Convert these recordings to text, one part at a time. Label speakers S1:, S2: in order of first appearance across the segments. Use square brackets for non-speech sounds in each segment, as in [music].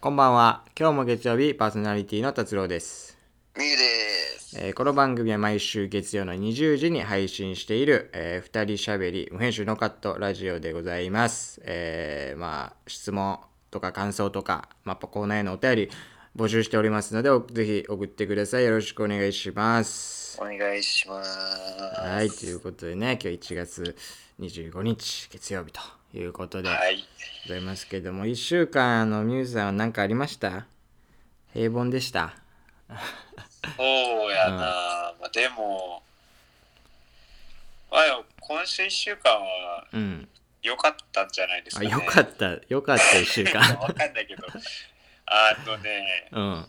S1: こんばんは。今日も月曜日パーソナリティの達郎です、
S2: みゆです。
S1: えーこの番組は毎週月曜の20時に配信している、え2人しゃべり無編集のカットラジオでございます。えーまあ質問とか感想とか、まあ、コーナーへのお便り募集しておりますのでおぜひ送ってください。よろしくお願いします。
S2: お願いします。
S1: はい、ということでね、今日1月25日月曜日ということで。
S2: はい。
S1: ございますけども1週間あのミュウさんは何かありました平凡でした
S2: そうやな、まあでも、まあでも今週1週間は
S1: うん
S2: 良かったんじゃないですか、
S1: あ
S2: ね。
S1: よかったよかった1週
S2: [laughs]
S1: 間
S2: わかんないけど、あのね、
S1: うん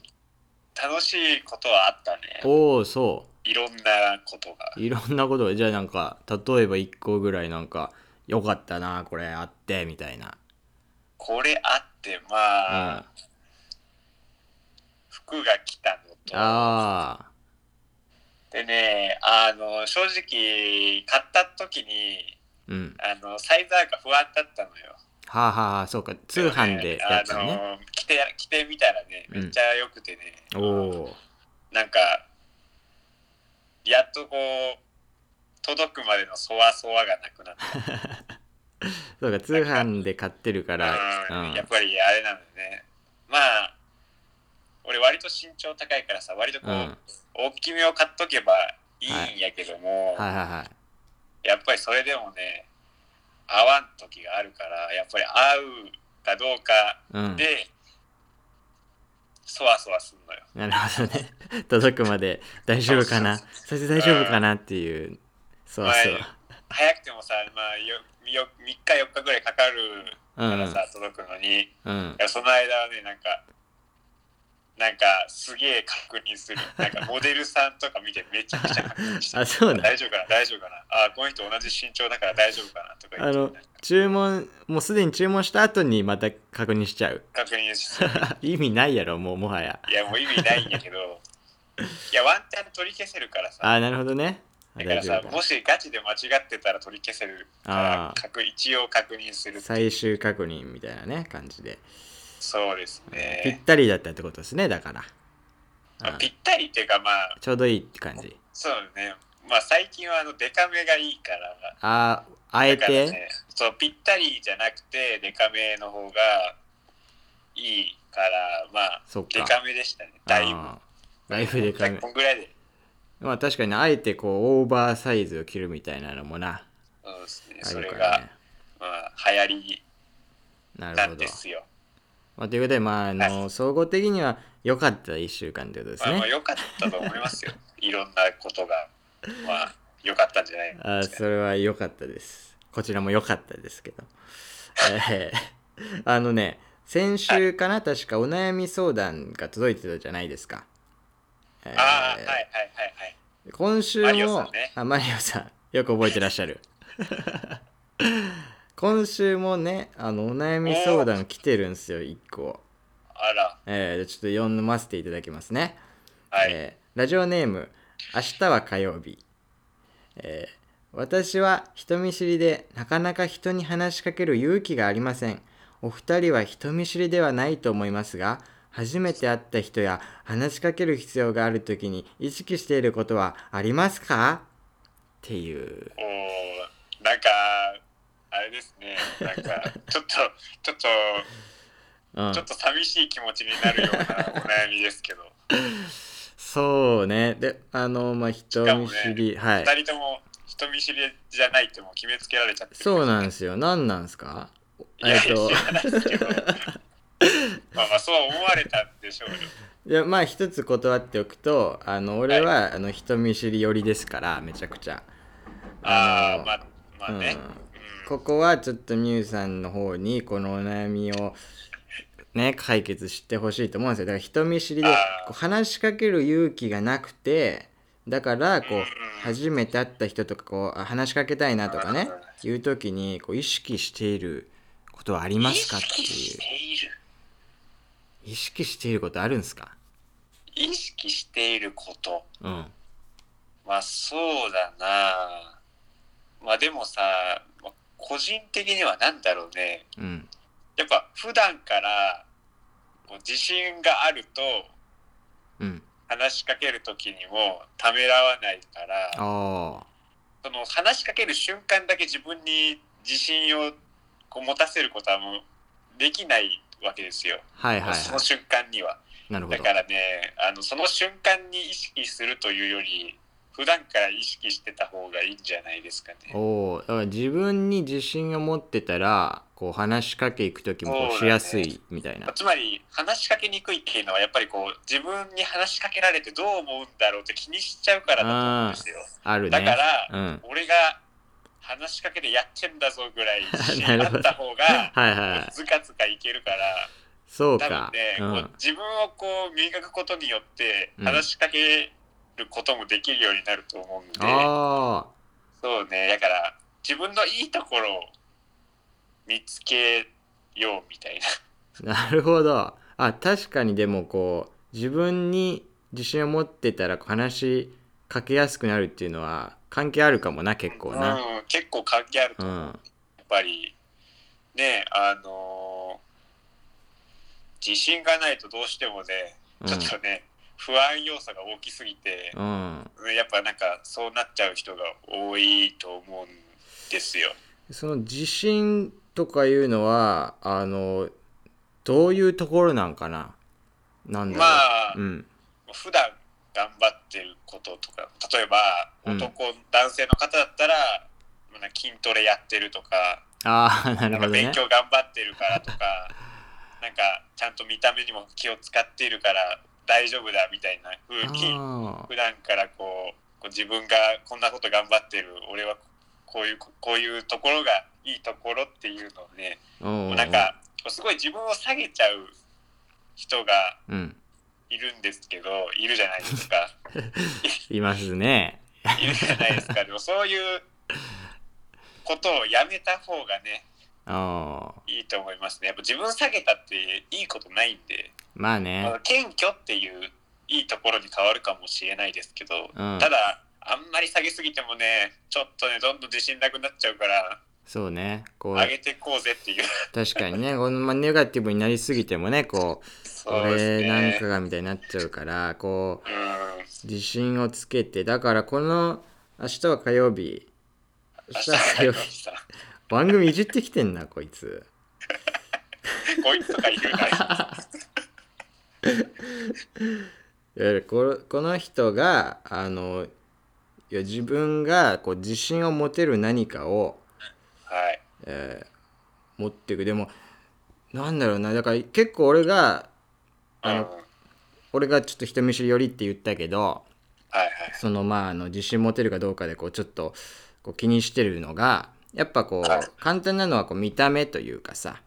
S2: 楽しいことはあったね。
S1: おおそ
S2: いろんなことが。
S1: ういろんなことがじゃあなんか例えば1個ぐらいなんかよかったなこれあってみたいな
S2: これあって、
S1: う
S2: ま
S1: ん
S2: あ、
S1: あ
S2: 服が来たのと。
S1: あ
S2: でね、あの、正直、買った時に、
S1: ーうん
S2: あの、サイズ合うか不安だったのよ。
S1: はあはあはあそうか通販でやったの
S2: あ
S1: ね
S2: のー着て着てみたらね
S1: うん
S2: めっちゃ良くてね、
S1: おお
S2: なんかやっとこう届くまでのそわそわがなくなった、
S1: そうか通販で買ってるから
S2: うんやっぱりあれなのねまあ俺割と身長高いからさ割とこ
S1: う
S2: う、
S1: ん、うん、はい
S2: 大きめを買っとけばいいんやけども、
S1: はいはい
S2: やっぱりそれでもね合わん時があるからやっぱり合うかどうか
S1: うん
S2: で、そわそわすんの
S1: な
S2: よ
S1: るほどね。 [laughs] 届くまで大丈夫かな
S2: そ
S1: そして大丈夫かなっていう。そうそう。
S2: 早くてもさ、まあ、よよ3日4日ぐらいかかる
S1: う
S2: から
S1: ん
S2: さ、届くのにい
S1: うん。
S2: やその間はねなんかなんかすげえ確
S1: [laughs]
S2: 認するなんかモデルさんとか見てめちゃくちゃ確認して
S1: あ、そうだ。
S2: 大丈夫かな大丈夫かなあこの人同じ身長だから大丈夫かなとか言
S1: あ
S2: ってな
S1: の
S2: んか、
S1: 注文、もうすでに注文した後にまた確認しちゃう。 [laughs]
S2: 確認して
S1: 意味ないやろ、もうもはや。
S2: いやもう意味ないんやけ
S1: [laughs]
S2: どいやワンチャン取り消せるからさ
S1: あ、なるほどね。あ
S2: だから
S1: 大丈
S2: さ
S1: 夫か
S2: も。しガチで間違ってたら取り消せるから
S1: あー
S2: 確一応確認する
S1: 最終確認みたいなね、感じで。
S2: そうです
S1: ぴっ
S2: ね
S1: たりだったってことですね、だから。
S2: まあ
S1: うん
S2: ぴったりっていうかまあ
S1: ちょうどいいって感じ。
S2: そうだねまあ最近はあのデカめがいいから
S1: あー、あえ
S2: だから
S1: て、
S2: ねそうぴったりじゃなくてデカめの方がいいからまあ
S1: そっか
S2: デカめでしたねだいぶ
S1: あーだいぶでかめ
S2: こ。んぐらいで
S1: まあ確かにあえてこうオーバーサイズを着るみたいなのもな
S2: そうですね
S1: あ
S2: それ
S1: るか
S2: が
S1: らね、
S2: まあ、流行り
S1: な
S2: な
S1: るほ
S2: ん
S1: ど
S2: で、すよ、
S1: まあ、ということでまああの、
S2: は
S1: 総合的には良かった1週間ということです
S2: まあ、まあ
S1: ね
S2: 良かったと思
S1: [laughs]
S2: いますよいろんなことがまあ良かったんじゃない
S1: あーそれは良かったですこちらも良かったですけどえー [laughs] あのね先週かな確かお悩み相談が届いてたじゃないですか、えー
S2: ああはいはいはいはい
S1: 今週も
S2: マリオさんね
S1: あマリオさんよく覚えてらっしゃる [laughs] 今週もねあのお悩み相談来てるんですよ1個、
S2: あら
S1: えーちょっと読ませていただきますね、
S2: はい、
S1: えーラジオネーム「明日は火曜日」えー私は人見知りでなかなか人に話しかける勇気がありませんお二人は人見知りではないと思いますが初めて会った人や話しかける必要がある時に意識していることはありますかっていう
S2: おーなんかあれですねな
S1: [laughs]
S2: んかちょっとちょっ
S1: う
S2: と
S1: ん
S2: ちょっと寂しい気持ちになるようなお悩みですけど、
S1: そうねであのまあ人見知り、はい
S2: 二人とも人見知りじゃないってもう決めつけられちゃってる
S1: そうなんですよ何なんですか
S2: いやい
S1: えっ
S2: や
S1: と
S2: 知らないですけどまあまあそう思われたんでしょ
S1: [laughs]
S2: うよ
S1: いやまあ一つ断っておくとあの俺は、あの人見知り寄りですからめちゃくちゃ
S2: あ
S1: の
S2: あまあまあね、
S1: うん
S2: うん
S1: ここはちょっとミュウさんの方にこのお悩みをね解決してほしいと思うんですよだから人見知りで
S2: あー
S1: こう話しかける勇気がなくてだからこ
S2: うんうん
S1: う初めて会った人とかこうあ話しかけたいなとかねいう時にこう意識していることはありますかっ
S2: 意
S1: て
S2: 識
S1: い
S2: し
S1: う
S2: ている
S1: 意識していることあるんですか
S2: 意識していること
S1: うん
S2: まあそうだなまあでもさ、まあ個人的には何だろうね
S1: うん
S2: やっぱ普段からこう自信があると
S1: うん。
S2: 話しかける時にもためらわないから
S1: ああ。
S2: その話しかける瞬間だけ自分に自信をこう持たせることはもうできないわけですよ、
S1: はいはい
S2: その
S1: は。
S2: 瞬間にはい
S1: なるほ
S2: だ
S1: ど。
S2: からねあのその瞬間に意識するというより普段から意識してた方がいいんじゃないですかね
S1: おお。だから自分に自信を持ってたら、こう話しかけ行くときもこう
S2: そうだね
S1: しやすいみたいな。
S2: つまり話しかけにくいっていうのはやっぱりこう自分に話しかけられてどう思うんだろうって気にしちゃうからだと思うんですよ
S1: ある
S2: だか
S1: ね。
S2: ら、
S1: うん。
S2: 俺が話しかけてやってんだぞぐらい自信
S1: [laughs] なる
S2: あ
S1: ほど
S2: った方が
S1: はいはい。
S2: ずかずかいけるから
S1: そう
S2: 多分
S1: か。
S2: ね、
S1: う
S2: こ
S1: ん
S2: う。自分をこう磨くことによって
S1: うん
S2: 話しかけることもできるようになると思うんで、
S1: あ
S2: そうねだから自分のいいところを見つけようみたいな。
S1: あ。なるほど。あ、確かにでもこう、自分に自信を持ってたらこう話しかけやすくなるっていうのは関係あるかもな、結構な。
S2: うん、結構関係あると
S1: う
S2: 思う、や
S1: ん。
S2: っぱりねあのー自信がないとどうしてもね
S1: うん
S2: ちょっとね、不安要素が大きすぎて、
S1: うん。
S2: やっぱなんかそうなっちゃう人が多いと思うんですよ。
S1: その地震とかいうのはあのどういうところなんかななんだろう、
S2: まあ
S1: うん
S2: 普段頑張ってることとか例えば
S1: うん
S2: 男、男性の方だったらまあ筋トレやってるとか
S1: ああ [laughs] なる
S2: なん
S1: ほ
S2: か
S1: どね
S2: 勉強頑張ってるか
S1: [laughs]
S2: らとかなんかちゃんと見た目にも気を使っているから大丈夫だみたいな風に
S1: あ
S2: 普段からこうこう自分がこんなこと頑張ってる俺はこういうこういうところがいいところっていうのをね
S1: ーうんうん
S2: なんかこうすごい自分を下げちゃう人が
S1: うん
S2: いるんですけどいるじゃないで
S1: [laughs]
S2: すか
S1: いますね
S2: いるじゃないですかでもそういうことをやめた方がね
S1: あー
S2: いいと思いますねやっぱ自分下げたっていいことないんで、
S1: まあ
S2: ま
S1: ね
S2: あ謙虚っていういいところに変わるかもしれないですけど、
S1: うん
S2: ただあんまり下げすぎてもねちょっとねどんどん自信なくなっちゃうから
S1: そうねこ
S2: 上
S1: う
S2: げてこうぜっ
S1: [laughs]
S2: ていう
S1: 確かにねこのまあネガティブになりすぎてもねこう
S2: そうです
S1: 俺なん
S2: ね
S1: かがみたいになっちゃうからこう
S2: うん
S1: 自信をつけてだからこの明日は火曜日明
S2: 明
S1: 日
S2: 日
S1: は火曜
S2: は
S1: 日 [laughs] 番組いじってきてんなこいつ
S2: こいつとか言うな
S1: いやこのこの人があのいや自分がこう自信を持てる何かを
S2: はい
S1: 持っていくでもなんだろうなだから結構俺が
S2: う
S1: あ
S2: ん
S1: の俺がちょっと人見知り寄りって言ったけど
S2: はい
S1: そのまああの自信持てるかどうかでこうちょっとこう気にしてるのがやっぱこ
S2: はいう
S1: 簡単なのはこう見た目というかさ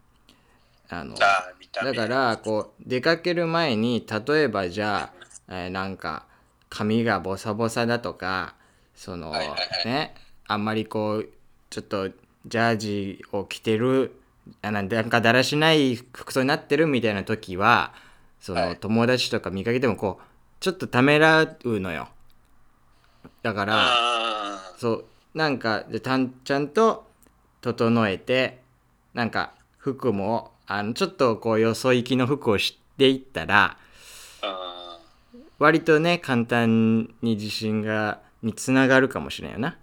S1: あの
S2: はい。ああ、見た
S1: だ
S2: 目。
S1: からこう出かける前に例えばじゃあ、えーなんか髪がボサボサだとかその、
S2: はいはいはい
S1: ねあんまりこうちょっとジャージを着てるあなんなんかだらしない服装になってるみたいな時はその、
S2: はい
S1: 友達とか見かけてもこうちょっとためらうのよだから
S2: あ
S1: そうなんかでたんちゃんと整えてなんか服もあのちょっとこうよそ行きの服を知っていったら
S2: あ、うん。
S1: 割とね簡単に自信がにつながるかもしれんよな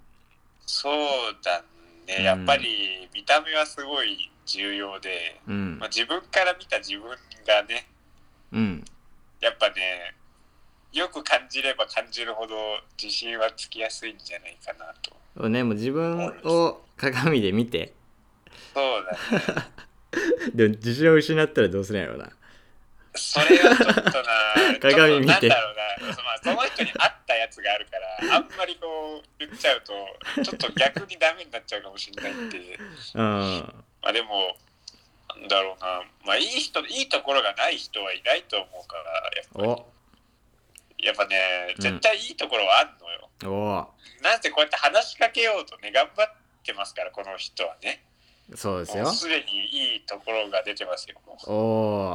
S2: そうだ
S1: うん
S2: ね。やっぱり見た目はすごい重要で、
S1: うん
S2: まあ、自分から見た自分がね、
S1: うん
S2: やっぱね、よく感じれば感じるほど自信はつきやすいんじゃないかなと。
S1: そうねもう自分を鏡で見て
S2: そうだね。
S1: でも自信を失ったらどうするんやろうな、
S2: それはちょっとな
S1: [laughs] 鏡見て
S2: ちょっとなんだろうな、そ,、まあ、その人に合ったやつがあるから、あんまりこう言っちゃうと、ちょっと逆にダメになっちゃうかもしれないんで。
S1: うん
S2: まあでも、なんだろうな、まあいい人、いいところがない人はいないと思うから、やっぱ
S1: お
S2: りやっぱね、
S1: うん
S2: 絶対いいところはあるのよ。
S1: お
S2: なんせこうやって話しかけようとね、頑張ってますから、この人はね。
S1: そうですよ
S2: もうすでにいいところが出てますよ。もう
S1: お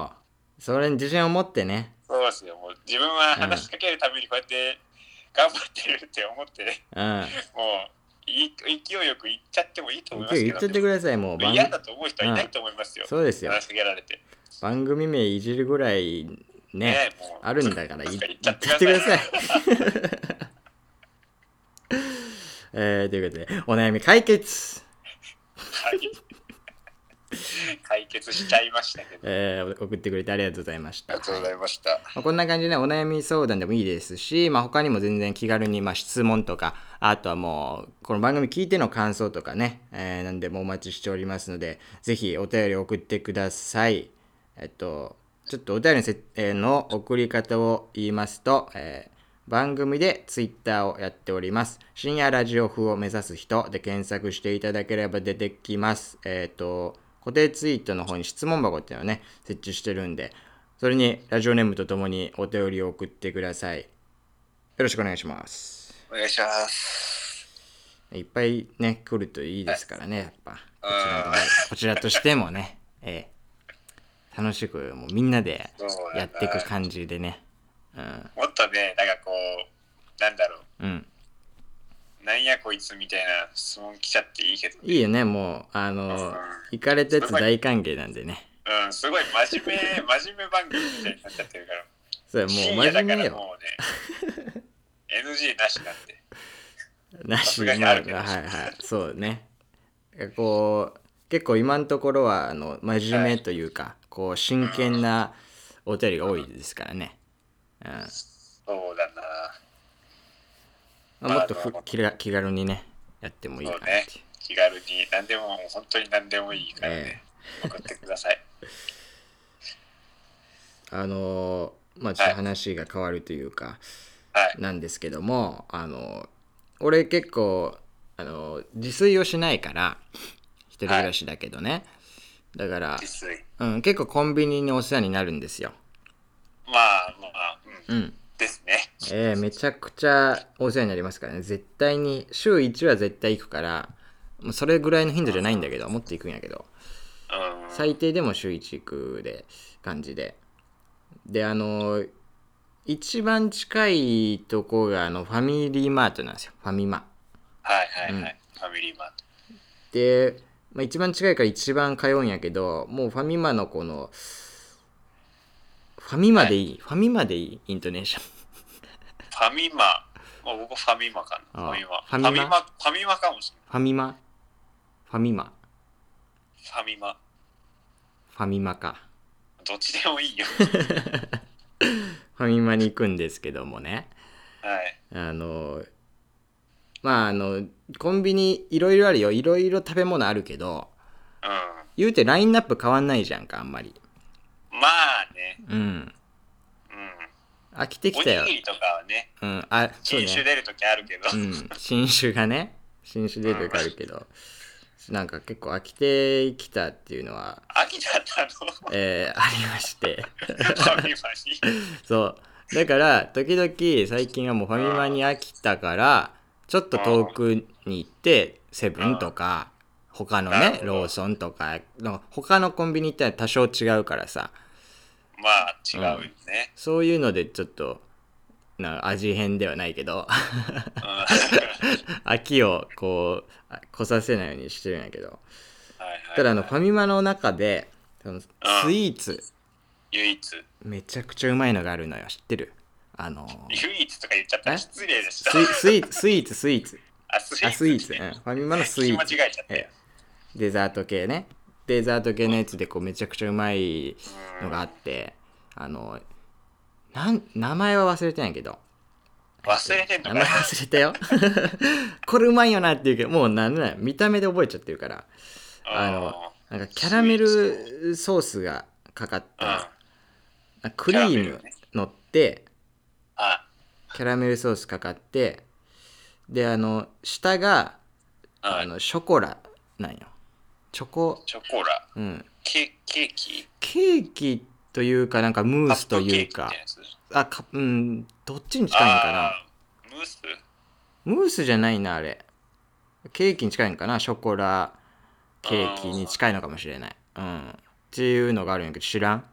S1: おそれに自信を持ってね
S2: そうですよ。もう自分は話しかけるためにこうやって頑張ってるって思って、
S1: うん
S2: もうい勢いよく言っちゃってもいいと思いま
S1: 今
S2: す
S1: 日
S2: け
S1: 言っ
S2: ど
S1: ちゃって
S2: ね、
S1: くださいもう番組
S2: 嫌だと思う人はいないと思いますよ。
S1: そうですよ
S2: 話しかけられて。
S1: 番組名いじるぐらいね、
S2: えもう
S1: あるんだからい
S2: なん
S1: 言
S2: か言
S1: っ
S2: っ
S1: ち
S2: ち
S1: ゃ
S2: ゃ
S1: っ
S2: って
S1: く
S2: てく
S1: だ
S2: だ
S1: さ
S2: さ
S1: い。 [laughs] えー、ということで、お悩み解決、
S2: はい [laughs] 解決しちゃいましたけど。
S1: えー送ってくれてありがとうございました。
S2: ありがとうご
S1: は
S2: ざ
S1: い
S2: いました。
S1: まあこんな感じでね、お悩み相談でもいいですし、まあ、他にも全然気軽に、まあ、質問とか、あとはもう、この番組聞いての感想とかね、えー何でもお待ちしておりますので、ぜひお便り送ってください。えっと、ちょっとお便りのせ、えーの送り方を言いますと、えー番組でツイッターをやっております。深夜ラジオ風を目指す人で検索していただければ出てきます。えっ、と、固定ツイートの方に質問箱っていうのをね、設置してるんで、それにラジオネームとともにお便りを送ってください。よろしくお願いします。
S2: お願いします。
S1: いっぱいね、来るといいですからね、やっぱ。こちら
S2: うん
S1: とこちらとしてもね、ええ、楽しくもうみんなで
S2: そう
S1: や
S2: だ
S1: っ
S2: な
S1: ていく感じでね。うん。
S2: もっとね、なんかこう、なんだろ
S1: うん。
S2: う、なんやこいつみたいな質問来ちゃっていいけど、
S1: いいよね、もう、あの、行かれたやつ大歓迎なんでね。
S2: うん、すごい真面目、真面目番組みたいになっちゃってるから、
S1: それもう
S2: 深夜
S1: 真
S2: だか
S1: 面目
S2: ら
S1: よ。
S2: もうね、NG なしなんで、
S1: なし
S2: さす
S1: な
S2: が
S1: い
S2: にあるけど
S1: はいはい。そうね。こう、結構今のところは、あの、真面目というか、こう、真剣なお便りが多いですからね。うん。
S2: そうだな、
S1: まあ、もっとふ気ら気軽にね、やってもいいかな
S2: そ
S1: っ
S2: う
S1: て
S2: ね
S1: いう。
S2: 気軽に、何でも、本当に何でもいいからね、送ってください。
S1: あのーまあちょっと話が変わるというか、
S2: はい
S1: なんですけどもあのー俺結構あのー自炊をしないから一人暮らしだけどね、だから、
S2: 自炊。
S1: うん、結構コンビニにお世話になるんですよ、
S2: まあまあ、うん、
S1: うん
S2: ですね。
S1: えーめちゃくちゃお世話になりますからね絶対に週1は絶対行くからもうそれぐらいの頻度じゃないんだけどもっと行くんやけど
S2: うん。
S1: 最低でも週1行くで感じでであの一番近いとこがあのファミリーマートなんですよファミマ
S2: はいはいはい、
S1: うん
S2: ファミリーマート。
S1: で、まあ、一番近いから一番通うんやけどもうファミマのこのファミマでいい、ファミマでいいイントネーション
S2: ファミマ。まあ、僕ファミマかな。
S1: あ
S2: ファミマ。
S1: ファミマ
S2: ファミマファミマかもしれ
S1: ファミマファミマ
S2: ない。ファミマ。
S1: ファミマか
S2: どっちでもいいよ。
S1: ファミマに行くんですけどもね
S2: はい。
S1: あのまああのコンビニいろいろあるよいろいろ食べ物あるけど
S2: う
S1: 言うてラインナップ変わんないじゃんかあんまり
S2: ん。まあね。
S1: うん
S2: うん。
S1: 飽きてき
S2: お
S1: たよ
S2: にぎりとかはね、
S1: うんあそう
S2: 新種
S1: ね
S2: 出るときあるけど。
S1: うん新種がね新種出てくるけどなんか結構飽きてきたっていうのは
S2: 飽きちゃった
S1: [laughs]
S2: の。フ
S1: えーありまして
S2: ァミマに。
S1: そうだから時々最近はもうファミマに飽きたからちょっと遠くに行ってセブンとか他の
S2: なる
S1: ね
S2: ほど
S1: ローソンとかの他のコンビニ行ったら多少違うからさ
S2: まあ、違うよね。
S1: そういうのでちょっとな味変ではないけ
S2: [laughs]
S1: ど [laughs]
S2: うん。はい
S1: 秋をこうあ来させないようにしてるんやけど
S2: はい。
S1: ただあのファミマの中でそのスイーツ
S2: 唯一。
S1: めちゃくちゃうまいのがあるのよ知ってるあの
S2: 唯一とか言っちゃった
S1: え
S2: ら失礼でし
S1: ス
S2: た。
S1: イスイーツスイーツスイーツ
S2: あ、スイ
S1: あ
S2: ーツ
S1: スイーツ、うん、
S2: ね。
S1: ファミマのスイーツ
S2: 聞き間違えちゃった
S1: ええデザート系ねデザート系のやつでこうめちゃくちゃうまいのがあってあのなん名前は忘れてないけど
S2: 忘れてんの
S1: 名
S2: か
S1: 前
S2: な。
S1: 忘れたよ [laughs] これうまいよなっていうけどもうなんなら見た目で覚えちゃってるからあのなんかキャラメルソースがかかっ
S2: うん。
S1: たなんかクリーム乗って
S2: あ、
S1: キャラメルソースかかってであの下があ
S2: あの、
S1: のショコラなんよチョコ、
S2: チョコラ。
S1: うん、
S2: ケケーキ
S1: ケーキというかなんかムースという
S2: カッ
S1: か
S2: プケーキみたいなやつ
S1: あかうんどっちに近いんか
S2: あームース
S1: なムースじゃないなあれケーキに近いんかなショコラケーキに近いのかもしれないうんっていうのがあるんやけど知らん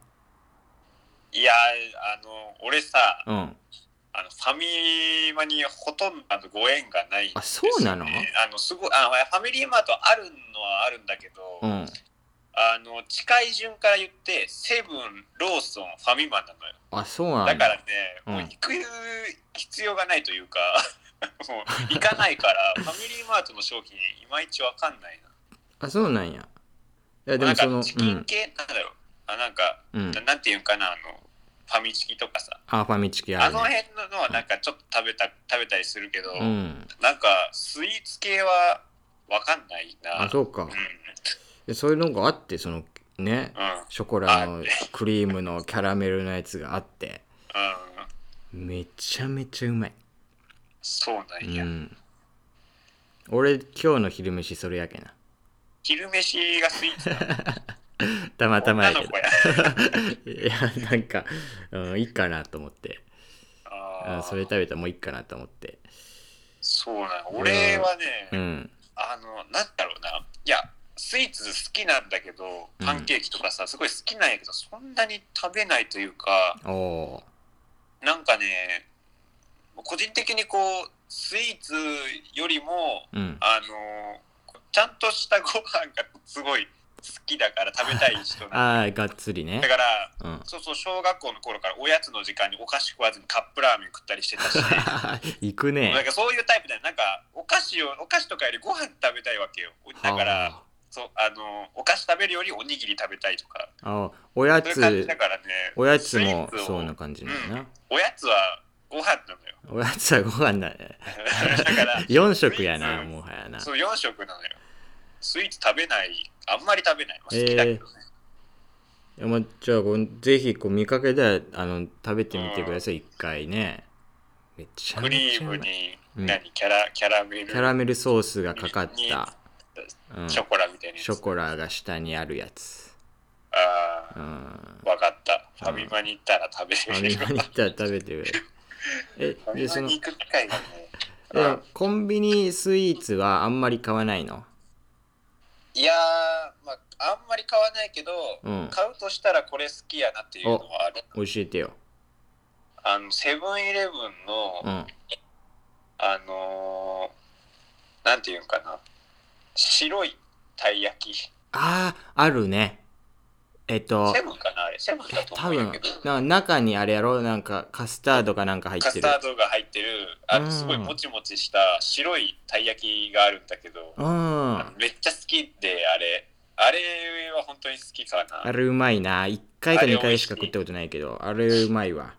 S2: いやあの俺さ
S1: うん
S2: あのファミマにほとんどあのご縁がないん
S1: あそうなの
S2: ですよねあのすごいあファミリーマートあるのはあるんだけど、
S1: うん
S2: あの近い順から言ってセブンローソンファミマなのよ
S1: あ、そうなんだ。
S2: だからね、
S1: うん
S2: もう行く必要がないというか [laughs] もう行かないから
S1: [laughs]
S2: ファミリーマートの商品いまいちわかんない
S1: あ、そうなんや。いや、で
S2: なな
S1: も
S2: ん
S1: その
S2: かチ、
S1: う
S2: キン
S1: ん。
S2: 系、なんだろうあなんか、
S1: うん。
S2: ななんていうんかなあのファミチキとかさ
S1: あ、ファミチキあ
S2: あ
S1: る、
S2: の
S1: ね。
S2: 辺ののはなんかちょっと食べた食べたりするけど、
S1: うん。
S2: なんかスイーツ系はわかんないな
S1: あ、そうか
S2: うん。
S1: でそういうのがあって、その、ね、
S2: うんうん
S1: ショコラのクリームのキャラメルのやつがあって、めちゃめちゃうまい。
S2: そうな
S1: うん
S2: や、
S1: ん。俺、今日の昼飯それやけな。
S2: 昼飯がスイーツな
S1: [laughs]
S2: の
S1: たまたまやけ
S2: 女の子や
S1: ど。 [laughs] いや、なんか、うん、いいかなと思って。
S2: あ
S1: あ
S2: ー
S1: それ食べたらもういいかなと思って。
S2: そうなの俺はね、
S1: うん。
S2: あのなんだろうないやスイーツ好きなんだけど
S1: うん
S2: パンケーキとかさすごい好きなんやけどそんなに食べないというか
S1: おお
S2: なんかね個人的にこうスイーツよりも
S1: ー。うん。
S2: あのちゃんとしたご飯がすごい好きだから食べたい人なの
S1: ああ、がっつりね
S2: だ。から
S1: うん。 [laughs]
S2: そうそう小学校の頃からおやつの時間にお菓子食わずにカップラーメン食ったりしてたし
S1: 行く
S2: なん
S1: ね。
S2: かそういうタイプだよなんかお菓子をお菓子とかよりご飯食べたいわけよだから
S1: は
S2: そうあのお菓子食べるよりおにぎり食べたいとか
S1: あ。あおや
S2: そういう感じ
S1: つ
S2: だ、からね
S1: おやつも
S2: スイーツを
S1: そうな感じなんやな。
S2: おやつはご飯なのよ
S1: おやつはご飯だね。 [laughs]
S2: だから
S1: 4食やな、
S2: スイーツ
S1: もはやな。
S2: そう4食なのよスイーツ食べないあんまり食べない、まあ、好きだけどね、
S1: いやまあじゃあこう、ぜひこう見かけたらあの食べてみてください、一回ね。めちゃ
S2: ク
S1: めち
S2: リー
S1: ゃう
S2: ム
S1: まい
S2: に、
S1: うん
S2: 何キャラキャラメル
S1: キャラメルソースがかかった、うん、
S2: シ
S1: シ
S2: ョコラみたいなやつ
S1: ョコラが下にあるやつ。
S2: あ
S1: うん。
S2: あわかったファミマに行ったら食べ
S1: あ
S2: れ
S1: れ
S2: る
S1: に
S2: よフ
S1: 行ったら食べて
S2: [laughs]
S1: くれ。え、で、
S2: ァ
S1: そ
S2: ミマ
S1: の
S2: に、行く機会がね
S1: えコンビニスイーツはあんまり買わないの
S2: いやー、まあ、あんまり買わないけど、
S1: うん
S2: 買うとしたらこれ好きやなっていうのはある。
S1: 教えてよ。
S2: あの、セブンイレブンの、
S1: うん。
S2: あのー、なんていうんかな、白いたい焼き。
S1: ああ、あるね。えっと
S2: セ、ブンかなあれ、セブンだと
S1: 多
S2: 思うん
S1: 分
S2: やけど、
S1: な中にあれやろ、なんかカスタードかなんか入
S2: カ
S1: って
S2: ス
S1: る
S2: タ。ードが入ってる、あ
S1: う
S2: の、
S1: ん
S2: すごいもちもちした白いたい焼きがあるんだけど、
S1: うん。あ
S2: めっちゃ好きで、あれ、あれは本当に好きかな。
S1: れうまいな。1回か
S2: あれ
S1: 2回しか
S2: 美
S1: 食
S2: 味しい
S1: ったことないけど、あれうまいわ。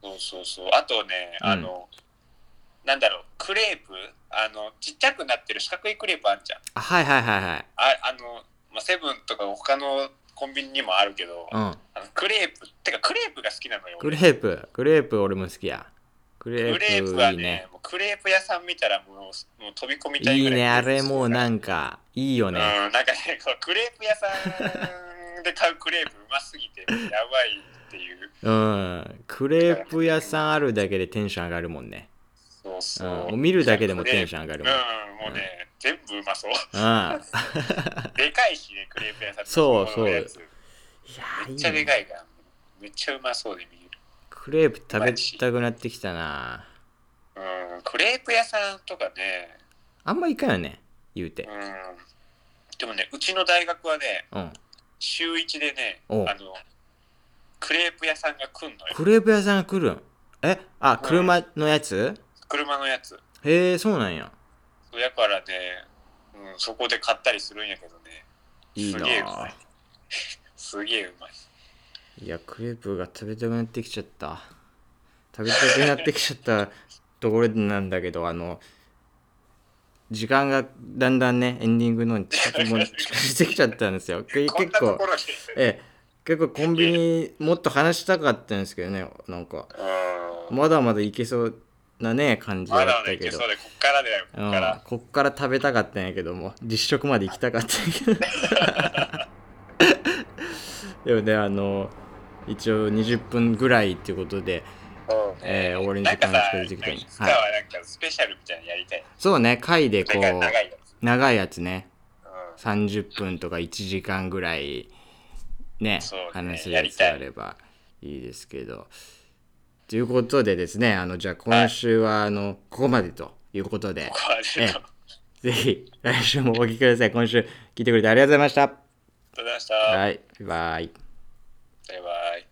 S2: そうそうそう。あとね、
S1: うん
S2: あの、なんだろう、クレープあの、ちっちゃくなってる四角いクレープあんじゃん。
S1: あ、はいはいはいはい。
S2: ああの、まあ、セブンとか他のコンビニにもあるけど、
S1: うん。
S2: あのクレープ、てかクレープが好きなのよ。
S1: クレ
S2: 俺
S1: ープ、クレープ俺も好きや。クレ
S2: クレ
S1: ー
S2: ープ
S1: プ
S2: はい
S1: い
S2: ね
S1: ね。、
S2: もうクレープ屋さん見たらもうもう飛び込みたい
S1: い
S2: ぐ
S1: い
S2: らい。
S1: ね、あれもうなんか、いいよ
S2: うん、
S1: ね。
S2: なんかね、こうクレープ屋さんで買うクレープうますぎて、やばいっていう。
S1: うん。クレープ屋さんあるだけでテンション上がるもんね。
S2: そう
S1: うん
S2: そう。
S1: もう見るだけでもテンション上がるもん。
S2: うん、もうね、全部うまそう。
S1: うん。
S2: [laughs] でかいしね、クレープ屋さん
S1: そう
S2: このやつ
S1: いやー
S2: め
S1: いい
S2: っちゃで
S1: ね
S2: かいから、めっちゃうまそうで見え
S1: クレープ食べたくなってきたな
S2: る。うん、クレープ屋さんとかね、
S1: あんま行かんよね言うて
S2: うん。でもね、うちの大学はね、
S1: うん
S2: 週1でね、あ
S1: おう
S2: の、クレープ屋さんが来んのよ。
S1: クレープ屋さんが来るんえあ車のやつ
S2: 車のやつ。
S1: へえそうなんや
S2: だからね、うん、そこで買ったりするんやけどね、
S1: いいな
S2: すげえうま
S1: あ
S2: いすげえうまい。
S1: いやクレープが食べたくなってきちゃった食べたくなってきちゃったところなんだけどあの時間がだんだんねエンディングのに近くも
S2: [laughs]
S1: う近づいてきちゃったんですよ結
S2: こんなと
S1: 構
S2: ころに。
S1: ええ結構コンビニもっと話したかったんですけどねなんか
S2: うん。
S1: まだまだいけそうなね感じだ
S2: ま
S1: っ
S2: だまだ
S1: た
S2: い
S1: け
S2: け
S1: ど
S2: そうで、こっからだよ、こ
S1: うん
S2: っから。
S1: こっから食べたかったんやけども実食まで行きたかったんやけど [laughs] でもねあの一応20分ぐらいっていうことで
S2: そうね
S1: えー俺の
S2: な
S1: 時
S2: んか
S1: 間
S2: さ
S1: が、作れてきた
S2: いつかはなんかスペシャルみたいなのやりたい。
S1: そうね回 [laughs] で
S2: な
S1: こ
S2: ん
S1: う
S2: か長いやつ。
S1: 長いやつね
S2: う
S1: 30分とか1時間ぐらいね
S2: そうね
S1: 話す
S2: や
S1: や
S2: り
S1: つ
S2: たい
S1: あればいいですけどということでですねあのじゃあ今週はあのここまでということで
S2: ん。ここは
S1: ええぜひ来週もお聞きください。今週聞いてくれてありがとうございました。
S2: りがとうございました。
S1: はい、バイバイ。
S2: バイバイ。